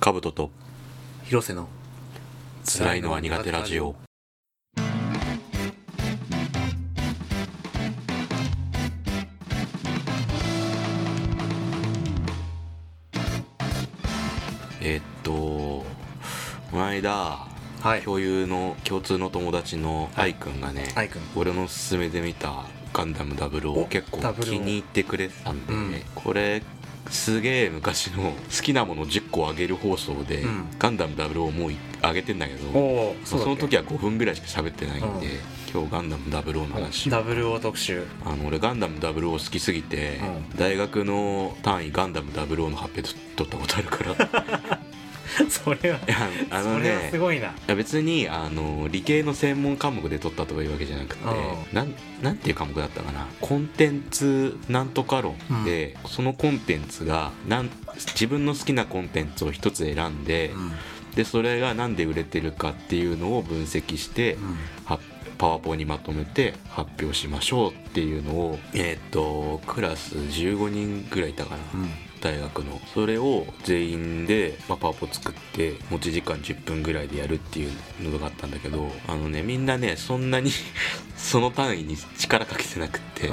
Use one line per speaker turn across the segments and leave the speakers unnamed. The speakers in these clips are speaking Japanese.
カブトと
広瀬の
辛いのは苦手ラジオえーっとこの間、
はい
共有の共通の友達の愛くんがね、
愛くん
俺の勧めで見た「ガンダム00」を
お
結構
00
気に入ってくれてたんで、
うん
これすげえ昔の好きなもの10個あげる放送で「
うん
ガンダム00」をもうあげてんだけど
お
もう
お
その時は5分ぐらいしか喋ってないんで、
うん
今日「ガンダム00」の話
ダブルオ特集
あの俺ガンダム00好きすぎて、
う
大学の単位ガンダム00の発表取ったことあるからい
それは
やあの
それは
ね
すごいない
や別にあの理系の専門科目で取ったとかいうわけじゃなくて
う
なんなんていう科目だったかなコンテンツなんとか論で、そのコンテンツがなん自分の好きなコンテンツを一つ選んで,、でそれがなんで売れてるかっていうのを分析して、はパワポにまとめて発表しましょうっていうのをえーっとクラス15人ぐらいいたかな。大学のそれを全員で、まあ、パワポ作って持ち時間10分ぐらいでやるっていうのがあったんだけどあのねみんなねそんなに その単位に力かけてなくって、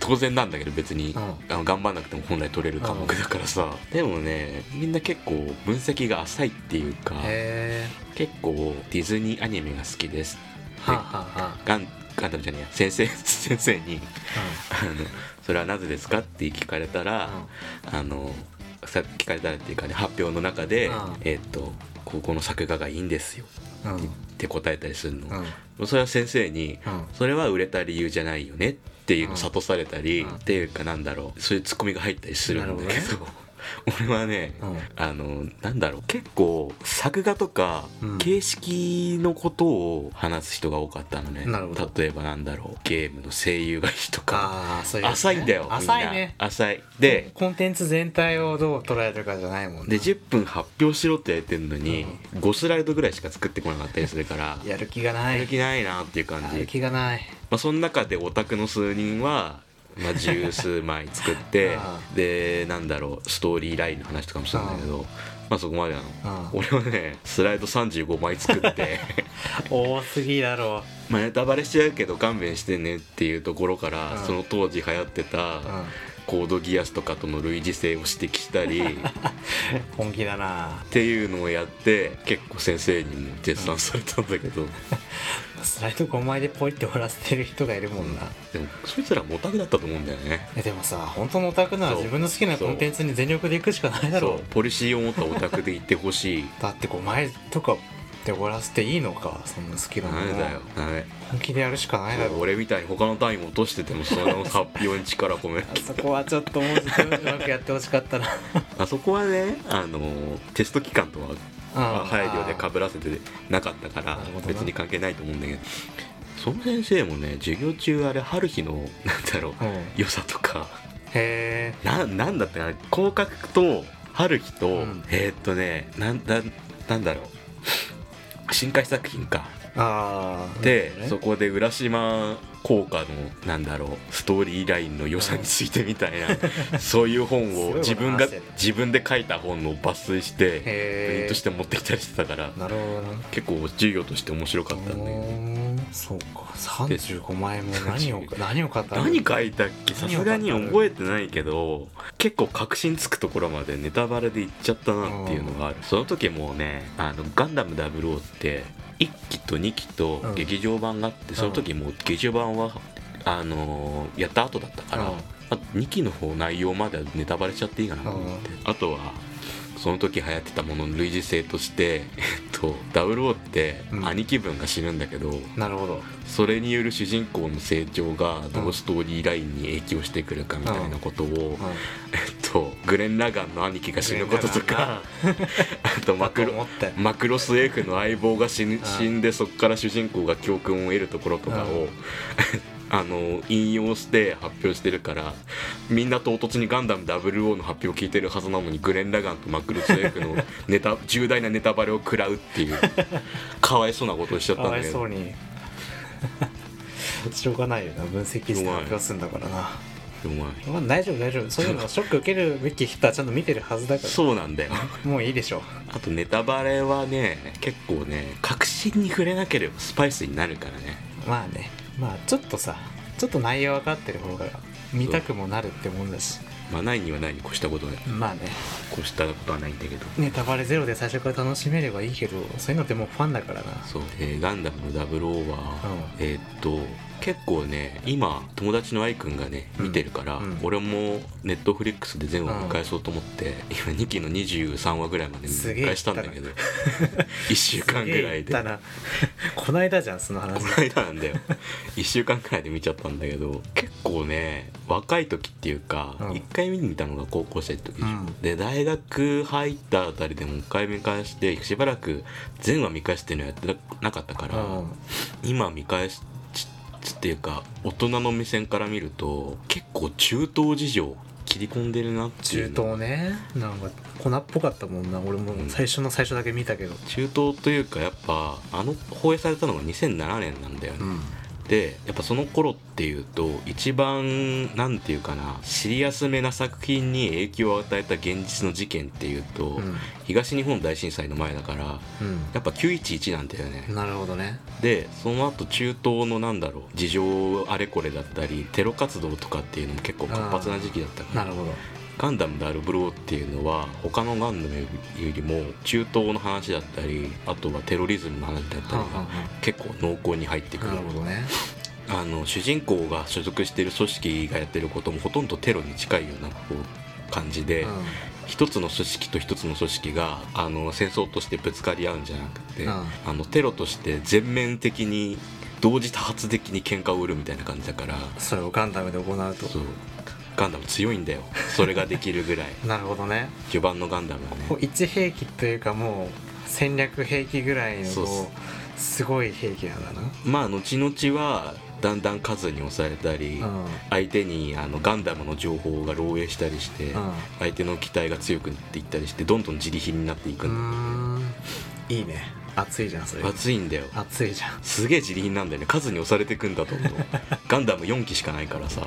当然なんだけど別に、
う
あの頑張んなくても本来取れる科目だからさ、でもねみんな結構分析が浅いっていうか
へえ
結構ディズニーアニメが好きです
はあはあはあ
ガンガンダムじゃねえや先生 先生にあの「それはなぜですか?」って聞かれたら、あのさ聞かれたらっていうかね発表の中で、
うん
えーっと高校の作画がいいんですよ
うんうん
って答えたりするの、
うん
それは先生に、
うん
それは売れた理由じゃないよねっていうのを諭されたり、
うん
っていうかなんだろうそういうツッコミが入ったりするんだけど
なるほ
俺はね、
うん
あのなんだろう結構作画とか、
うん
形式のことを話す人が多かったのね
なるほど
例えばなんだろうゲームの声優がいいとか
ああそういうやつね
浅いんだよ
浅い
みんな
ね
浅いで、
コンテンツ全体をどう捉えるかじゃないもん
で
ね
10分発表しろって言ってんのに、5スライドぐらいしか作ってこなかったりするから
やる気がな
やる
い
気ないなっていう感
や
じ、
る気がない
まあ、その中でオタクの数人は、まあ、十数枚作って
あ
でなんだろうストーリーラインの話とかもするんだけどまあそこまでなの
あ
俺はねスライド35枚作って
多すぎだろ
まあネタバレしちゃうけど勘弁してねっていうところから、
うん
その当時流行ってた、
う、うん、
コードギアスとかとの類似性を指摘した り
本気だな
っていうのをやって結構先生にも絶賛されたんだけど、
スライド5枚でポイって終わらせてる人がいるもんな、
でもそいつらもオタクだったと思うんだよね
えでもさ本当のオタクなら
そう
自分の好きなコンテンツに全力で行くしかないだ
そ
ろ
うポリシーを持ったオタクで言ってほしい
だって5枚とかで終わらせていいのかそんな好きな
ダ
も
メ
の
だよダメ
本気でやるしかないだろ
俺みたいに他の単位も落としててもその発表に力込め
あそこはちょっともうちょっとうまくやってほしかっ たな
あそこはねあのテスト期間とはまあ配慮で
か
被らせてなかったから
なるほどな
別に関係ないと思うんだけどその先生もね授業中あれ春日のなんだろう
うんへ
良さとか
え
ななんだってな広角と春日と、
うん
えーっとねなんだなんだろう深海作品か
ああ
で、
なる
そ
ほど
こ
ね
で浦島効果のなんだろうストーリーラインの良さについてみたいな、 そういう本を
す
自
ごい
分
こと
が
話してる
自分で書いた本を抜粋してプリン
へ
トして持ってきたりしてたから
えなるほどな
結構授業として面白かったんだけど
うーんそうか35枚も何を何を買ったの
何書いたっけさ
何を
すがに覚えてないけど結構確信つくところまでネタバレでいっちゃったなっていうのがあるその時もうね「あのガンダム00」って1期と2期と
うん
劇場版があって、その時もう劇場版はあのーやった後だったから、
うん
あと2期の方内容まではネタバレしちゃっていいかなと思って、あとはその時流行ってたものの類似性として、えっと、00って
うん
兄貴分が死ぬんだけど、
なるほど
それによる主人公の成長がどうストーリーラインに影響してくるかみたいなことを、えっと、グレン・ラガンの兄貴が死ぬこととかあとマク
だと思
ロ
ったよ
マクロス F の相棒が死ぬ死んでそこから主人公が教訓を得るところとかを、
うん
あの引用して発表してるからみんな唐突に「ガンダム00」の発表を聞いてるはずなのにグレン・ラガンとマクロス F のネタ重大なネタバレを食らうっていうかわいそうなことをしちゃっ
か
たん
わ
だ
い
けど
そうにしょうがないよな分析して
しょうがない
発表するんだから
っ
な
て思わない
まあ、大丈夫大丈夫そういうのはショック受けるべき人はちゃんと見てるはずだか
そうなんだよ
らもういいでしょう
あとネタバレはね結構ね確信に触れなければスパイスになるからね
まあねまあちょっとさちょっと内容分かってる方が見たくもなるってもんだし
まあないにはないに越したことは
まあね
越したことはないんだけど
ネタバレゼロで最初から楽しめればいいけどそういうのってもうファンだからな
そう、えーガンダムのダブルオーバー、
うん
えーっと結構ね今友達の i 君がね
うん
見てるから、
うん
俺もネットフリックスで全話見返そうと思って、今2期の23話ぐらいまで見返したんだけど1週間ぐらい
すげえ
で
言ったな こないだじゃんその話
この間なんだよ 1週間くらいで見ちゃったんだけど結構ね若い時っていうか、
うん
1回見に見たのが高校生の時でしょ、
うん
で大学入ったあたりでもう1回見返してしばらく全話見返してるのやってなかったから、
うん
今見返しっていうか大人の目線から見ると結構中東事情切り込んでるなっていう
中
の
東ねなんか粉っぽかったもんな俺も最初の最初だけ見たけど
中東というかやっぱあの放映されたのが2007年なんだよね、
ん
でやっぱその頃っていうと一番なんていうかなシリアスめな作品に影響を与えた現実の事件っていうと、
うん
東日本大震災の前だからやっぱ911なんだよね、
なるほどね
でその後中東のなんだろう事情あれこれだったりテロ活動とかっていうのも結構活発な時期だったか
な
ら
るほど
ガンダムダルブローっていうのは他のガンダムよりも中東の話だったりあとはテロリズムの話だったりが結構濃厚に入ってくる
なるほどね
あの主人公が所属している組織がやってることもほとんどテロに近いようなこう感じで、一つの組織と一つの組織があの戦争としてぶつかり合うんじゃなくて、
うん
あのテロとして全面的に同時多発的に喧嘩を売るみたいな感じだから
それをガンダムで行う
そう
と
ガンダム強いんだよそれができる ぐらい
なるほどね
序盤のガンダムはね
こう一兵器というかもう戦略兵器ぐらいの
そうそ
こうすごい兵器なんだな
まあ後々はだんだん数に押されたり、
うん
相手にあのガンダムの情報が漏洩したりして、
うん
相手の機体が強くなっていったりしてどんどん自利品になっていく
うー
んだ
んいいね熱いじゃんそれ
熱いんだよ
熱いじゃん
すげえ自利品なんだよね数に押されていくんだと 思うガンダム4機しかないからさ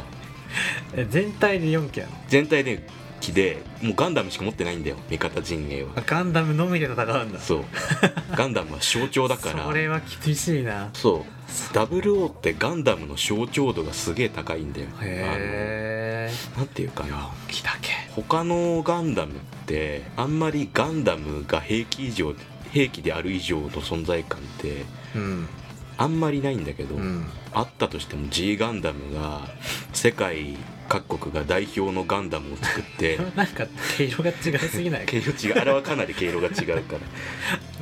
え全体で4機なの
全体で機でもうガンダムしか持ってないんだよ味方陣営
あ
は
ガンダムのみで戦うんだ
そうガンダムは象徴だから
それは厳しいな
そう00ってガンダムの象徴度がすげえ高いんだよ
へえ
あのなんていうかな
木だけ
他のガンダムってあんまりガンダムが兵器以上兵器である以上の存在感って
うん
あんまりないんだけど、
うん
あったとしても G ガンダムが世界各国が代表のガンダムを作って
でもなんか毛色が違いすぎない
毛色違うあれはかなり毛色が違う から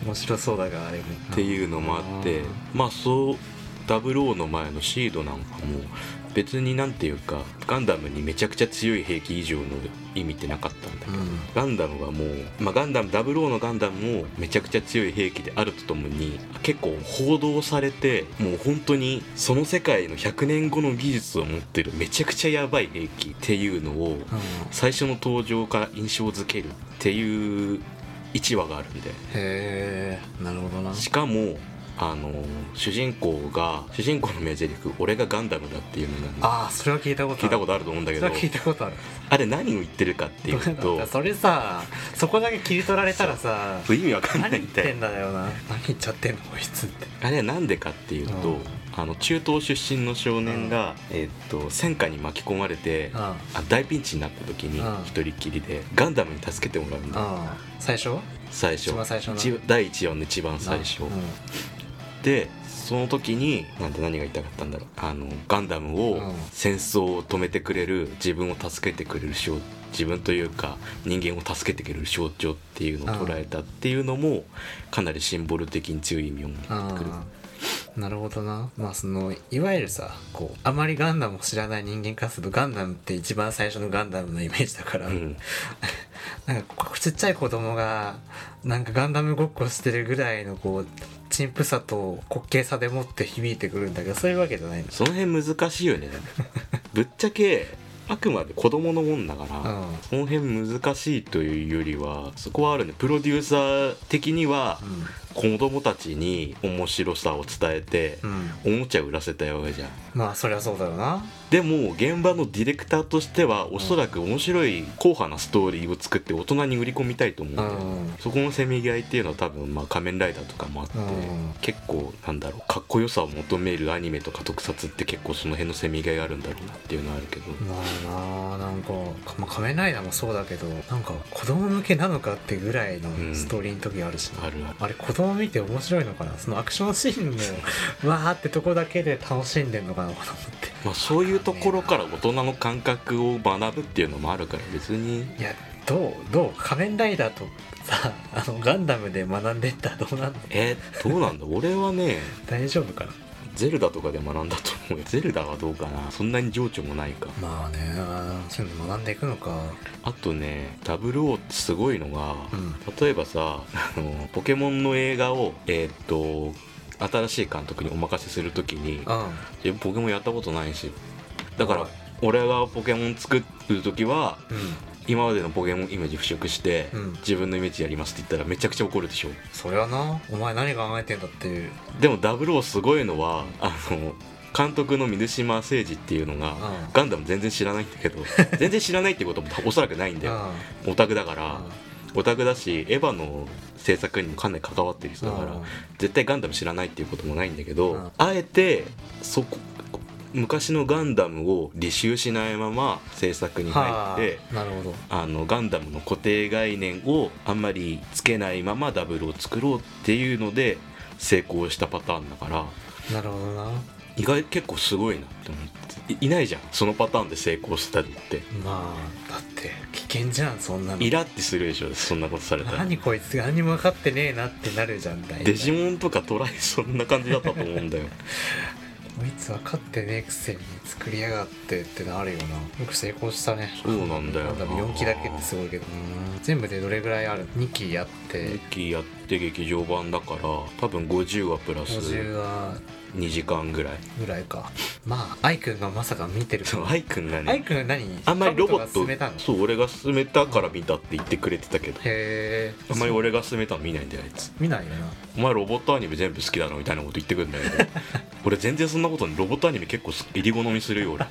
面白そうだがあれも
っていうのもあってまあそう00の前のシードなんかも別になんていうかガンダムにめちゃくちゃ強い兵器以上の意味ってなかったんだけ
う
ど、
ん
ガンダムはもう、まあ、ガンダム00のガンダムもめちゃくちゃ強い兵器であるとともに結構報道されてもう本当にその世界の100年後の技術を持ってるめちゃくちゃやばい兵器っていうのを
うん
最初の登場から印象づけるっていう1話があるんで
へえなるほどな
しかもあの主人公が主人公の名台詞「俺がガンダムだ」っていうのがね
ああそれは聞いたことある
聞いたことあると思うんだけど
それは聞いたことある
あれ何を言ってるかっていう
どうなん
と
だそれさそこだけ切り取られたらさ
意味わかん
何
ない
言っ
んだ
て
よ
んだよな何言っちゃってんの こいつって
あれはなんでかっていうと、
うん
あの中東出身の少年が、えーっと戦火に巻き込まれて、
うん
あ大ピンチになった時に
うん
一人っきりでガンダムに助けてもらうんだ、
うん最初
最初
一番最初の
一第1話の一番最初、
うん
でその時になんて何が言いたかったんだろうあのガンダム
う
を
ん
戦争を止めてくれる自分を助けてくれる象自分というか人間を助けてくれる象徴っていうのを捉えたっていうのもかなりシンボル的に強い意味を持ってくる
あーなるほどなまあそのいわゆるさこうあまりガンダムを知らない人間からするとガンダムって一番最初のガンダムのイメージだから、
うん
なんかこうちっちゃい子供がなんかガンダムごっこしてるぐらいのこう陳腐さと滑稽さでもって響いてくるんだけどそういうわけじゃないんだ
その辺難しいよねぶっちゃけあくまで子供のもんだから、
うん
その辺難しいというよりはそこはあるねプロデューサー的には子供たちに面白さを伝えて
う、ん、うん、
おもちゃ売らせたいわけじゃん
まあそりゃそうだよな
でも現場のディレクターとしてはおそらく面白い硬派なストーリーを作って大人に売り込みたいと思うんだよね
う
そこのせめぎ合いっていうのは多分まあ仮面ライダーとかもあって、
うん
結構なんだろうかっこよさを求めるアニメとか特撮って結構その辺のせめぎ合いがあるんだろうなっていうのはあるけど、
んまあななんか、まあ、仮面ライダーもそうだけどなんか子供向けなのかってぐらいの
ん
ストーリーの時あるしな、
あるある
あれ子供見て面白いのかなそのアクションシーンのわーってとこだけで楽しんでんのかなと思って
まあ、そういうところから大人の感覚を学ぶっていうのもあるから別に
いやどうどう仮面ライダーとさ あのガンダムで学んでったらどうなんの
えーどうなんだ俺はね
大丈夫かな
ゼルダとかで学んだと思うよゼルダはどうかなそんなに情緒もないか
まあねそういうの学んでいくのか
あとね00ってすごいのが、
うん
例えばさあのポケモンの映画をえーっと新しい監督にお任せするときに
うん
えポケモンやったことないしだか
は
ら
い
俺がポケモン作る時は
うん
今までのポケモンイメージ払拭して、
うん
自分のイメージやりますって言ったらめちゃくちゃ怒るでしょ
それはなお前何考えてんだっていう
でも00すごいのはあの監督の水島誠司っていうのが、
ん
ガンダム全然知らないんだけど全然知らないってこともおそらくないんだよ、オタクだから、オタクだしエヴァの制作にもかなり関わってる人だから、
うん
絶対ガンダム知らないっていうこともないんだけど、
うん
あえてそこ昔のガンダムを履修しないまま制作に入って
はあなるほど
あのガンダムの固定概念をあんまりつけないままダブルを作ろうっていうので成功したパターンだから
なるほどな
意外結構すごいなって思っていいないじゃんそのパターンで成功したのって
まあだって危険じゃんそんなの
イラってするでしょそんなことされたら
何こいつ何も分かってねえなってなるじゃん大体
デジモンとかトライそんな感じだったと思 うんだよ
こいつ分かってねえくせに作りやがってってなるよなよく成功したね
そうなんだよな
多分4期だけってすごいけどうん全部でどれぐらいある2期やって
2期やって劇場版だから多分50話プラス
50話
2時間ぐらい
ぐらいかまあ愛くんがまさか見てると
そう
は
アイくんが
アイ
ね
くんが何
あんまりロボ
カブトが勧め
ッ
たの
トそう俺が勧めたから見たって言ってくれてたけど
へえ
あんまり俺が勧めたの見ないんだよあいつ
見ないよな
お前ロボットアニメ全部好きだろみたいなこと言ってくるんだけ ど俺全然そんなことにロボットアニメ結構入り好みするよ俺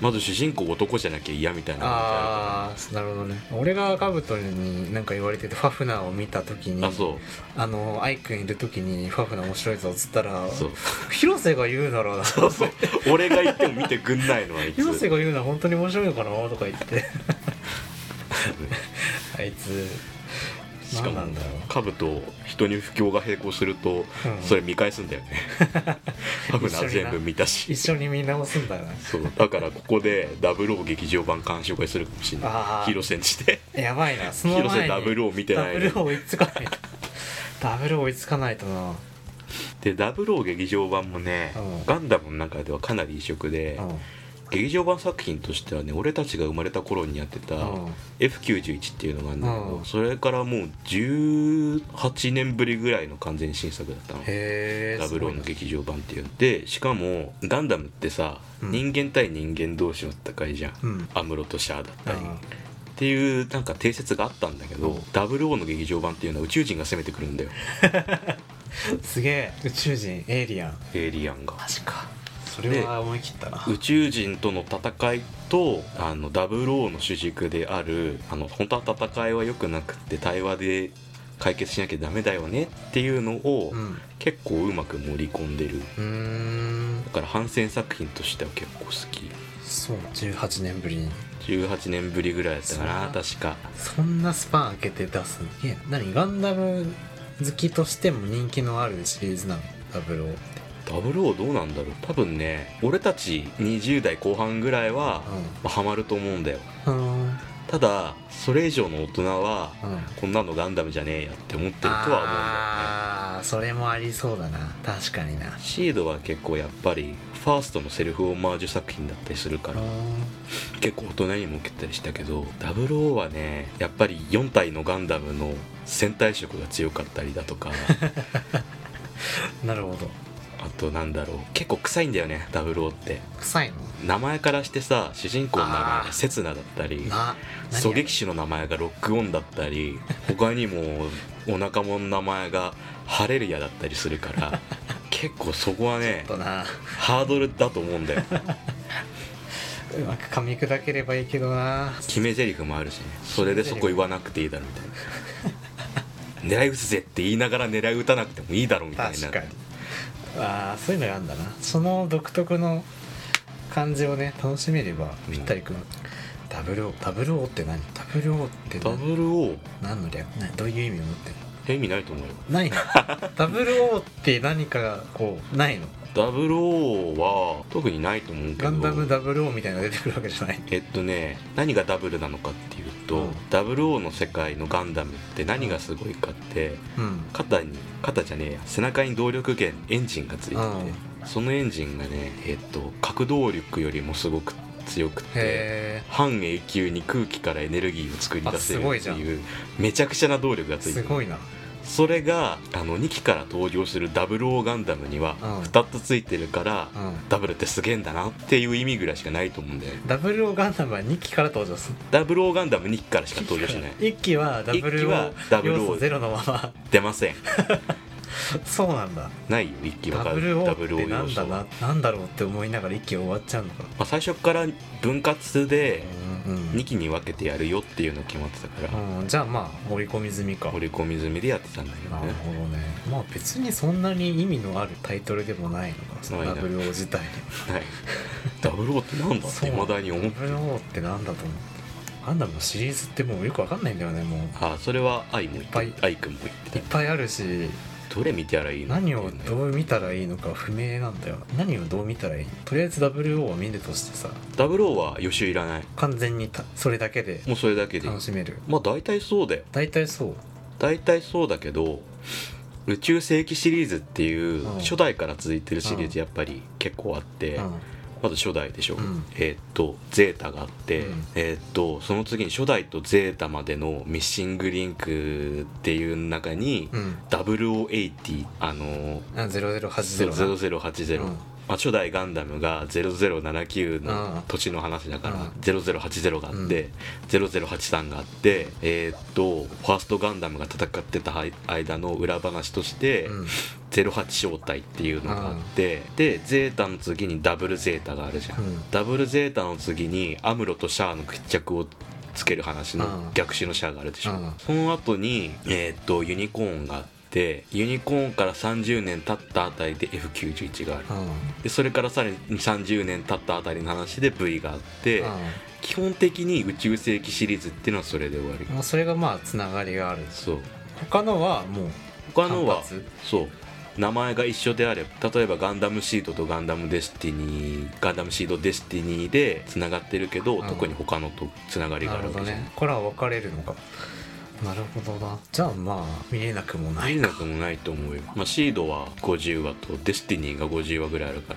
まず主人公男じゃなきゃ嫌みたいなことあ
ああなるほどね俺がカブトに何か言われててファフナーを見た時
る
に
からあそう
あのアイくんいる時にファフナー面白いぞっつったら
そう
広瀬が言うなろうな
そうそう俺が言っても見てくんないのあいつ
広瀬が言うのは本当に面白いのかなとか言ってあいつ
しかも
何なんだろう
カブと人に不況が並行すると、
うん
それ見返すんだよね ファブナー全部見た
一
し
緒に見直すんだな
そうだからここでダブルを劇場版鑑賞会するかもしれ
あ
ない
ー
広瀬にして
やばいなその前に
広瀬ダブルを見てない
ダブルを追いつかないとダブルを追いつかないとな
でダブルを劇場版もね、
うん
ガンダムの中ではかなり異色で、
うん
劇場版作品としてはね俺たちが生まれた頃にやってた、
うん
F91 っていうのがあるんだけど、
うん
それからもう18年ぶりぐらいの完全新作だったの
へえ
ダブルの劇場版っていうのでしかもガンダムってさ、
うん
人間対人間同士の戦いじゃん、
うん
アムロとシャアだったり、
うん
っていうなんか定説があったんだけど、ダブルの劇場版っていうのは宇宙人が攻めてくるんだよ
すげえ宇宙人エイリアン
エイリアンが
マジかそれは思い切ったな
宇宙人との戦いとあのダブルの主軸であるあの本当は戦いは良くなくって対話で解決しなきゃダメだよねっていうのを、
うんう
結構うまく盛り込んでる
ーん
だから反戦作品としては結構好き
そう18年ぶりに
18年ぶりぐらいだったかな確か
そんなスパン開けて出すのいや何ガンダム好きとしても人気のあるシリーズなのダブルって
00どうなんだろう多分ね俺たち20代後半ぐらいは、まあハマると思うんだよ
うんうんうん
ただそれ以上の大人は、こんなのガンダムじゃねえやって思ってるとは思うんだよね
ああそれもありそうだな確かにな
シードは結構やっぱりファーストのセルフオマージュ作品だったりするか
う
ら
ん
結構大人にも受けたりしたけど00はねやっぱり4体のガンダムの戦隊色が強かったりだと か
なるほど
あとなんだろう結構臭いんだよね00って
臭いの
名前からしてさ主人公の名前
あー
が刹那だったり
な何
狙撃手の名前がロックオンだった り他にもお仲間の名前がハレルヤだったりする から結構そこはね
とな
ハードルだと思うんだよ
うまく噛み砕ければいいけどな
決め台詞もあるしねそれでそこ言わなくていいだろみたいな狙い撃つぜって言いながら狙い撃たなくてもいいだろみたいな
確かにああそういうのがあるんだなその独特の感じをね楽しめればぴったりくる、ダブルオーダブルオーって何ダブルオーって
ダ
何
ブルを
何の略などういう意味を持ってるの
意味ないと思うよ
ないのダブルオーって何かがこうないの
ダブルオーは特にないと思うけど
ガンダムダブルオーみたいなのが出てくるわけじゃない
えっとね何がダブルなのかっていうと、
うん
ダブルオーの世界のガンダムって何がすごいかって
うん
肩に肩じゃねえや背中に動力源エンジンがついてて、
う
そのエンジンがねえっと核動力よりもすごく強くて
へ
半永久に空気からエネルギーを作り出せる
あすごい
って
じゃん
いうめちゃくちゃな動力が
え
ついて
す
る
ごいな
それがあの2機から登場するダブルオーガンダムには
うん
2つついてるから、
うん
ダブルってすげえんだなっていう意味ぐらいしかないと思うんだよね
ダブルオーガンダムは2機から登場する
ダブルオーガンダム2機からしか登場しない
1機はダブ
一機
ルオ
はダ
ー
ブルオー
要素ゼロのまま
出ません
そうなんだ
ないよ1機は
ダブルオ
ダブル
ー
オ
っ
ー
てな
要
ん
素
だ
は
ななんだろうって思いながら1機終わっちゃうのか
まあ、最初から分割で
うんうん
2期に分けてやるよっていうの決まってたから、
うん、じゃあまあ盛り込み済みか
折り込み済みでやってたんだけど
なる
ね
ほどねまあ別にそんなに意味のあるタイトルでもないのかその
ないない
WO 自体に
はいダブルオーってなんだって いまだに思って
WO ってなんだと思うガンダムのシリーズってもうよくわかんないんだよねもうい
あそれは愛も言って
いっぱ
た愛くんも言って
っぱいあるし
たどれ見たらいいの
何
って
を
いうね
どう見たらいいのか不明なんだよ何をどう見たらいいのとりあえず WO を見るとしてさ
ダブルオーは予習いらない
完全にたそれだけで
もうそれだけでいい
楽しめる
まあ大体そうだよ
大体そう
大体そうだけど宇宙世紀シリーズっていう
うん
初代から続いてるシリー
うん
ズやっぱり結構あって、
うん
まず初代でしょ、
うん
えーっとゼータがあって、
うん
えーっとその次に初代とゼータまでのミッシングリンクっていう中に、
うん
0080あのー
あ0080な
0080、
うん
まあ、初代ガンダムが0079
うん
の土地の話だから、
うん
0080があって、
う
0083があってえーっとファーストガンダムが戦ってた間の裏話として、
うん
08招待っていうのがあって、でゼータの次にダブルゼータがあるじゃん、
うん
ダブルゼータの次にアムロとシャアの決着をつける話
う
の
ん
逆襲のシャアがあるでしょ、
うん
その後にえーっとユニコーンがあってユニコーンから30年経ったあたりで F91 がある
うん
でそれからさらに30年経ったあたりの話で V があって、
う
基本的に宇宙世紀シリーズっていうのはそれで終わり、
んもうそれがまあつながりがある
そう
他のはもう
他のは
単発
そう名前が一緒であれば例えばガンダムシードとガンダムデスティニーガンダムシードデスティニーでつながってるけど、
うん
特に他のとつながりが
な
あ
る
る
ほ
わけ
ど
じゃん、
ねこれは分かれるのかなるほどなじゃあまあ見えなくもな
ないいなくもないと思うよ、まあ、シードは50話とデスティニーが50話ぐらいあるか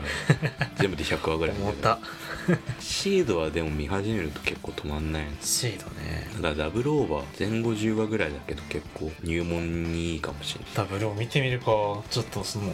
ら 全部で100話ぐらいあるん
思
だ
っ
けど
た
シードはでも見始めると結構止まんない
シードね
ただダブルオーバー全50話ぐらいだけど結構入門にいいかもしれない
ダブルを見てみるかちょっとその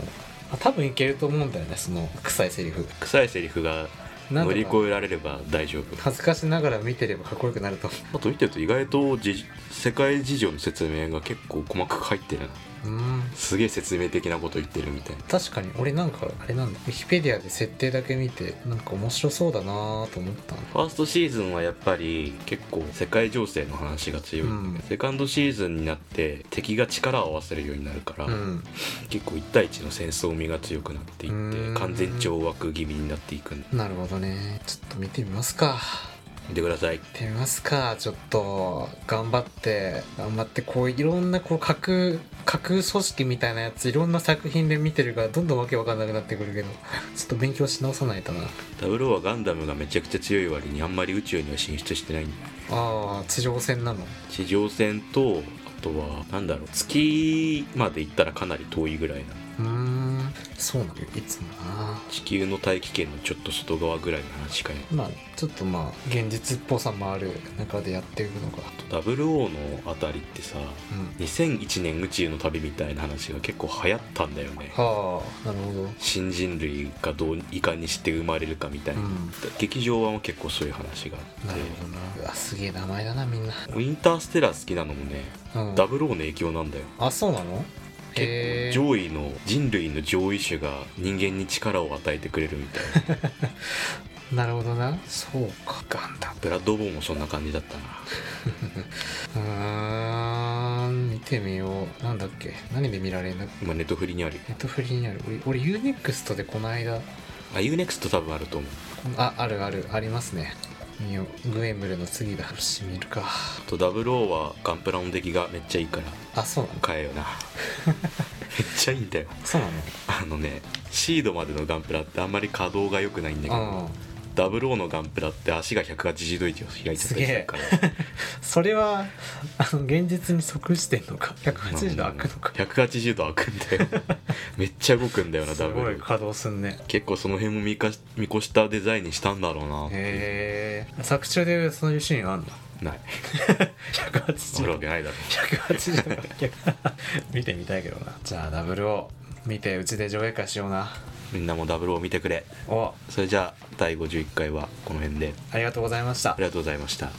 あ多分いけると思うんだよねその臭いセリフ
臭いセリフが
なん
乗
とか
り越えられれば大丈夫
恥ずかしながら見てればかっこよくなると思
あと見てると意外とじ世界事情の説明が結構細かく入ってるな
ううん
すげえ説明的なこと言ってるみたいな
確かに俺なんかあれなんだウィキペディアで設定だけ見てなんか面白そうだなと思ったの
ファーストシーズンはやっぱり結構世界情勢の話が強い、
うん
セカンドシーズンになって敵が力を合わせるようになるから、
うん
結構1対1の戦争味が強くなっていって
うん
完全懲悪気味になっていくんで
なるほどねちょっと見てみますか
見てください
やってみますかちょっと頑張って頑張ってこういろんなこう架空架空組織みたいなやついろんな作品で見てるからどんどんわけわかんなくなってくるけどちょっと勉強し直さないとな
ダブルはガンダムがめちゃくちゃ強い割にあんまり宇宙には進出してないんだよ
ああ地上戦なの
地上戦とあとはなんだろう月まで行ったらかなり遠いぐらいな
うーんそうなのよいつもな
地球の大気圏のちょっと外側ぐらいの話しかや
まあちょっとまあ現実っぽさもある中でやっていくのか
ダブルオーのあたりってさ
うん
2001年宇宙の旅みたいな話が結構流行ったんだよね
はあなるほど
新人類がどういかにして生まれるかみたいな、
うん
劇場版は結構そういう話があ
な
っ
るほどなうわすげえ名前だなみんな、
てインターステラー好きなのもね
うん、
ダブルオーの影響なんだよ
あそうなのへえ
結構上位の人類の上位種が人間に力を与えてくれるみたいな
なるほどなそうかガンダム
ブラッドボーンもそんな感じだったな
うーん見てみようなんだっけ何で見られるんだっけ
今ネットフリにあるよ
ネットフリにある俺俺 UNEXT でこの間
あ UNEXT 多分あると思う
このああるあるありますね見ようグエムルの次だよし見るか
あと00はガンプラの出来がめっちゃいいから
あそうなの
買え よなめっちゃいいんだよ
そうなの
あのねシードまでのガンプラってあんまり稼働が良くないんだけど
うん
ダブルオーのガンプラって足が180度以上開いちゃったりするから
それはあの現実に即してんのか180度開くのか
180度開くんだ よめっちゃ動くんだよな
す
ダブ
ごい
ル
稼働すんね
結構その辺も見かし見越したデザインにしたんだろうなっていう
へえ作中でそういうシーンあんの
ないあ
180
る
度
わけないだろ
180度か見てみたいけどなじゃあダブルを見てうちで上映会しような
みんなもダブルを見てくれ
お
それじゃあ第51回はこの辺で
ありがとうございました
ありがとうございました